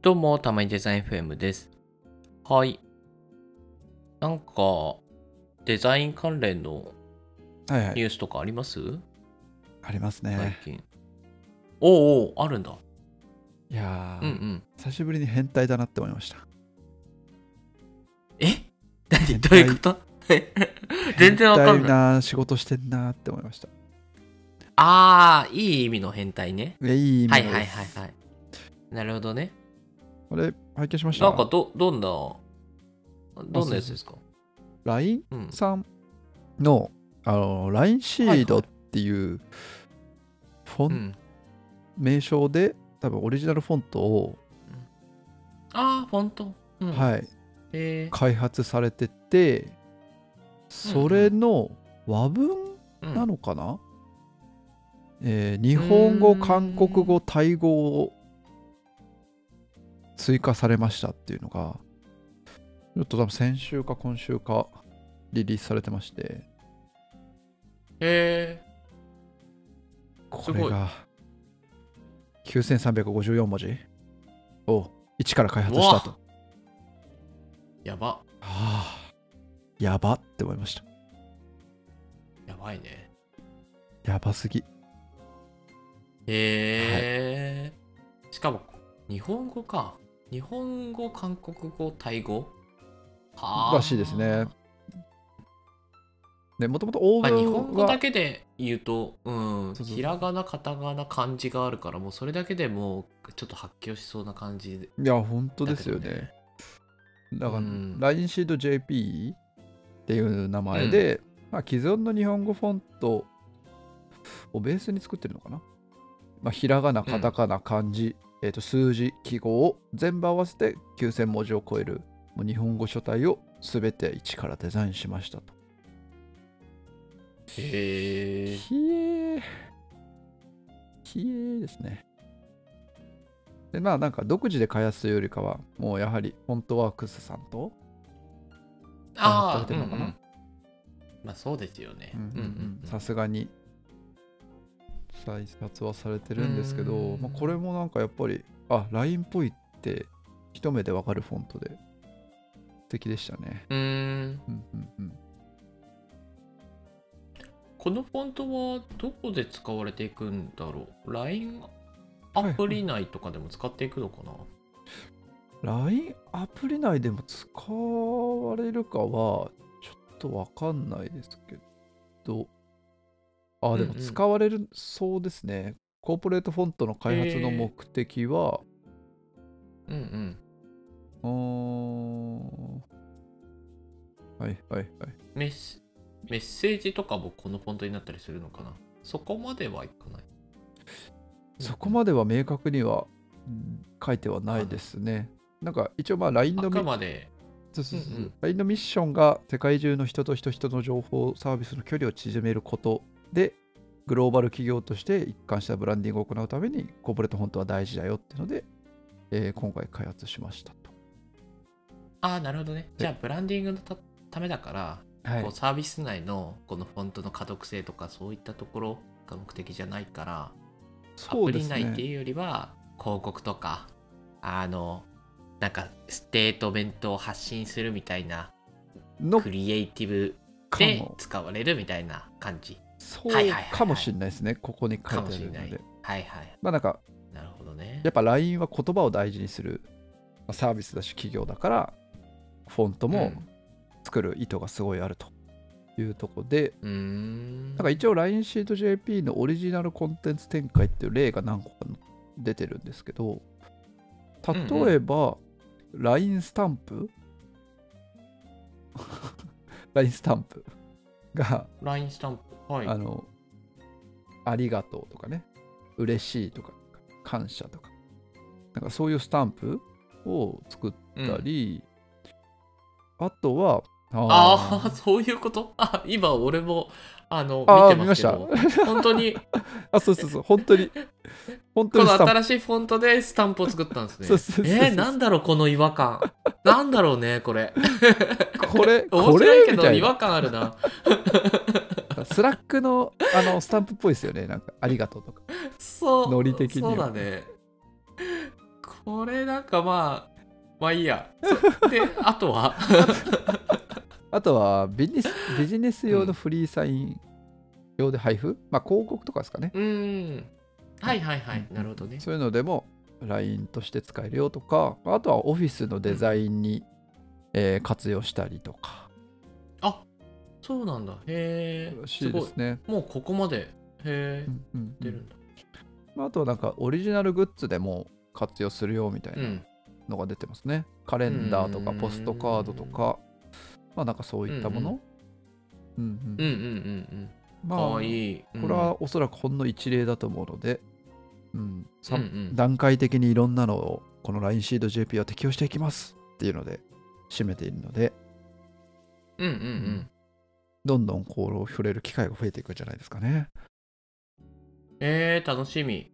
どうも、たまにデザイン FM です。はい。なんか、デザイン関連のはいはニい。ュースとかあります、ありますね。最近。おうおう、あるんだ。い、やー、うんうん。久しぶりに変態だなって思いました。え 何変どう態いうこと 全然わかんない変態な仕事してんなーって思いました。あー、いい意味の変態ね。いやいい意味はでいすはいはいはい。なるほどね。これ、拝見しました。なんかど、どんな、どんなやつですか LINE うん。さんの、あの、LINE シードっていう、フォうン、ん、名称で、多分オリジナルフォントを、あー、フォント。うん、い。はい、えー開発されてて、それの和文うんなのかな、えー日本う語、ーん韓国語、タイ語を追加されましたっていうのが、ちょっと多分先週か今週かリリースされてまして、えこすごいれが9354文字を一から開ー、発うしたと。わやば。はあ、やばって思いました。やばいね。やばすぎ。へえ、しかも、日本語か。日本語、韓国語、タイ語はーらしいですね。ね、もともと欧まあ、文は日本語だけで言うと、うん、そうそうそうひらがな、カタカナ、漢字があるから、もうそれだけでもう、ちょっと発狂しそうな感じいや、本当だでけすどよねね。だから、うん LINE シード JP っていう名前で、まあ、既存の日本語フォントをベースに作ってるのかな。まあ、ひらがな、カタカナ、漢字、えーと数字、記号を全部合わせて9000文字を超えるもう日本語書体を全て一からデザインしましたと。へえ、ひえー。ひえーですね。で、まあなんか独自で開発するよりかは、もうやはりフォントワークスさんと、あああー、食べてるのかなうんうんまあそうですよね。うんうんうんさすがに再撮はされてるんですけうどー、んまあ、これもなんかやっぱりあ LINE っぽいって一目でわかるフォントで素敵でしたね、うーんうんうんうん、このフォントはどこで使われていくんだろう ?LINE アプリ内とかでも使っていくのかな、 LINE アプリ内でも使われるかはちょっとわかんないですけどあでもうんうん使われるそうですね、コーポレートフォントの開発の目的は、うんうん。うーんはいはいはいメッセメッセージとかもこのフォントになったりするのかなそこまではいかない。そこまでは明確にはうん書いてはないですね。なんか一応まあ LINE あのミくまで。そうそうそううんうん LINE のミッションが世界中の人と人人の情報サービスの距離を縮めることでグローバル企業として一貫したブランディングを行うためにコーポレート本当は大事だよっていうので、えー今回開発しましたと。ああ、なるほどね。じゃあブランディングのたためだから、はこうサービス内のこのフォントの可読性とかそういったところが目的じゃないから、アそプうでリす内ってね。いうよりは広告とかあのなんかステートメントを発信するみたいなのクリエイティブかでも。使われるみたいな感じそうはいはいはいはいかもしれないですね。ここに書かいもてあしれるなのいで。はいはいまあなんかなるほどねやっぱ LINE は言葉を大事にするまあサービスだし企業だからフォントうもん作る意図がすごいあるというとこで、うーんなんか一応 LINE シート JP のオリジナルコンテンツ展開っていう例が何個か出てるんですけど例えば LINE スタンプ LINE スタンプが LINE スタンプはいあの、ありがとうとかね、嬉しいとか、感謝とか、なんかそういうスタンプを作ったり、あとは、あーあそういうこと あ今俺もあのあー見てますけど見本当 にあ、そうそうそう、本当に、本当こにのスタンプ。新しいフォントでスタンプを作ったんですねそうそうそうそうえー、なんだろうこの違和感なんだろうねこれこれ、面 こ白いれけみどたい違な。和感あるなスラックのあのスタンプっぽいですよね。なんか、ありがとうとか。そうノリ的にそはうだねこれなんかまあまあいいやそ であとはあとはビジネスビジネス用のフリーサイン用で配布、まあ広告とかですかね、うーんはいはいはいなるほどねそういうのでも LINE として使えるよとかあとはオフィスのデザインに、えー活用したりとかそうなんだへえらしすいでごいすね、もうここまでへえうんうんう出るんんだまあ、あとはなんかオリジナルグッズでも活用するよみたいうなんのが出てますね、カレンダーとかうんポストカードとかまあなんかそういったもの、うんううんんうんうんうんまあかわいいこれはおそらくほんの一例だと思うので、うんさうんうん段階的にいろんなのをこの LINE シード JP は適用していきますっていうので締めているのでうんうんうんどんどんこう触れる機会が増えていくんじゃないですかね。えー、楽しみ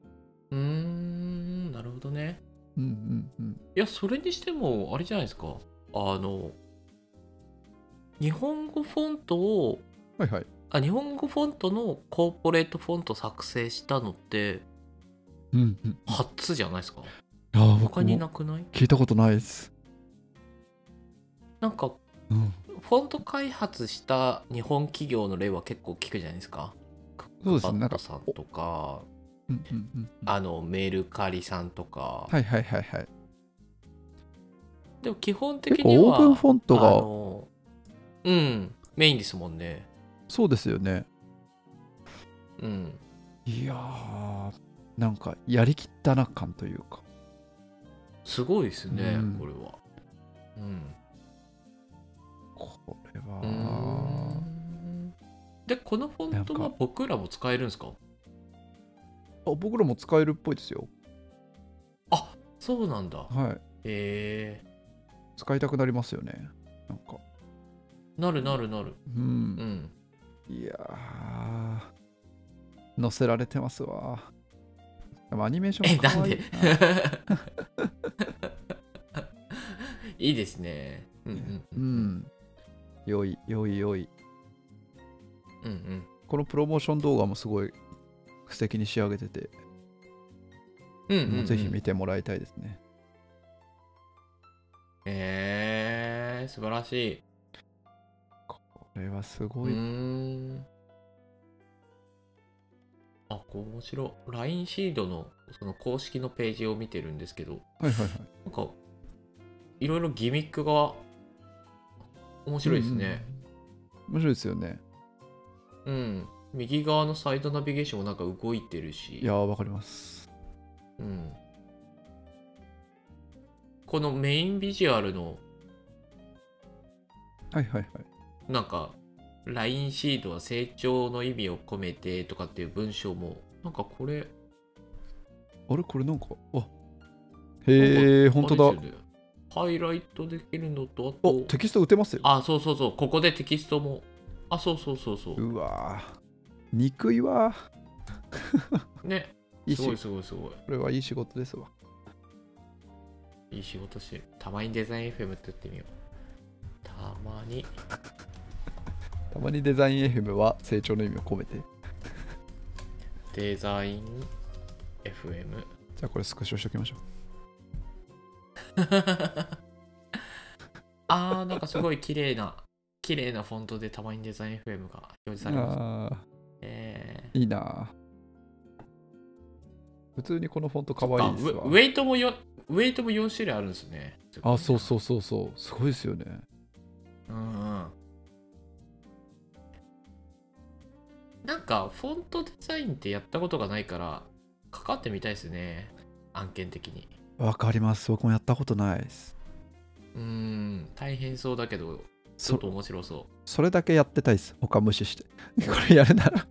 うーんなるほどねうんうんうん。いや、それにしても、あれじゃないですか。あの、日本語フォントを、はいはい。あ、日本語フォントのコーポレートフォント作成したのって、うんうん。初じゃないですか。いやー僕他にもなくない聞いたことないです。なんか、うん、フォント開発した日本企業の例は結構聞くじゃないですか。そうでクックパすねなッんかドさんとか、うんうんうんうん。あの、メルカリさんとか。はいはいはいはい。でも基本的結に構オは、ープンフォントあがの、うん、メインですもんね。そうですよね。うん。いやーなんかやりきったな感というか。すごいですね、うんこれは。うんこれうーは。ん。で、このフォントなはんか僕らも使えるんですかあ僕らも使えるっぽいですよ。そうなんだ。はい。へえ使いたくなりますよね。なんか。なるなるなる。う。うんん。いやー載せられてますわ。でもアニメーショえ、ンもな可ん愛いでいいですね。うんううんん。良い、良い、良い。うん。うんうん。このプロモーション動画もすごい素敵に仕上げてて、うんうんうんぜひ見てもらいたいですね。へえ素晴らしい。これはすうごい。ーん。あ、こう面白い。LINE シードのその公式のページを見てるんですけど、はいはいはい。なんかいろいろギミックが面白いですね。うん。面白いですよね。うん、右側のサイドナビゲーションもなんか動いてるし、いやー、わかります。うん、このメインビジュアルのはいはいはい。なんか LINE シードは成長の意味を込めてとかっていう文章もなんかこれあれこれなんか、あへえ、本当あれだで。すよねハイライトできるのとあおとテキスト打てますよ。あそうそうそうここでテキストもあそうそうそうそうわー憎いわーうねいいす仕ご事いすごいすごいこれはいい仕事ですわ。いい仕事してる。たまにデザイン FM って言ってみよう。たまに。たまにデザイン FM は成長の意味を込めて。じデザイン FM。ゃあこれスクショしときましょあー、なんかすごい綺麗な、綺麗なフォントでたまにデザイン FM が表示う。されます。あえーいいなー普通にこのフォントかー、わあいいですわウェウ。ェイトもよウェイトも4種類あるんですね。あ、そうう。そうそうそう。すごいですよね。うんうん。なんか、フォントデザインってやったことがないから、かかってみたいですね。案件的に。わかります。僕もやったことないです。うーん、大変そうだけど、ちょっそと面白そそれだけやってたいです。他無視して。これやるなら。う。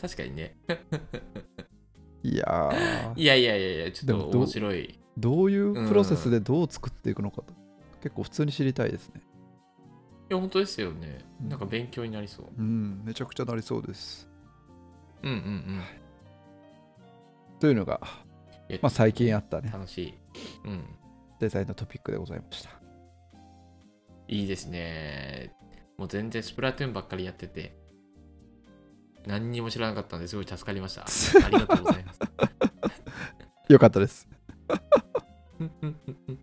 確かにね。いやーいやいやいやいや、ちでょもっとどう面白い。どういうプロセスでどう作っていくのかと、結構普通に知りたいですね。いや、本当ですよね。うんなんか勉強になりそう。うん、めちゃくちゃなりそうです。うんうんうん。というのが、いやまあ、最近あったね、楽しい。うん。デザインのトピックでございました。いいですね。もう全然スプラトゥーンばっかりやってて、 何にも知らなかったんですごい助かりました。ありがとうございます。よかったです。うんうんうんうん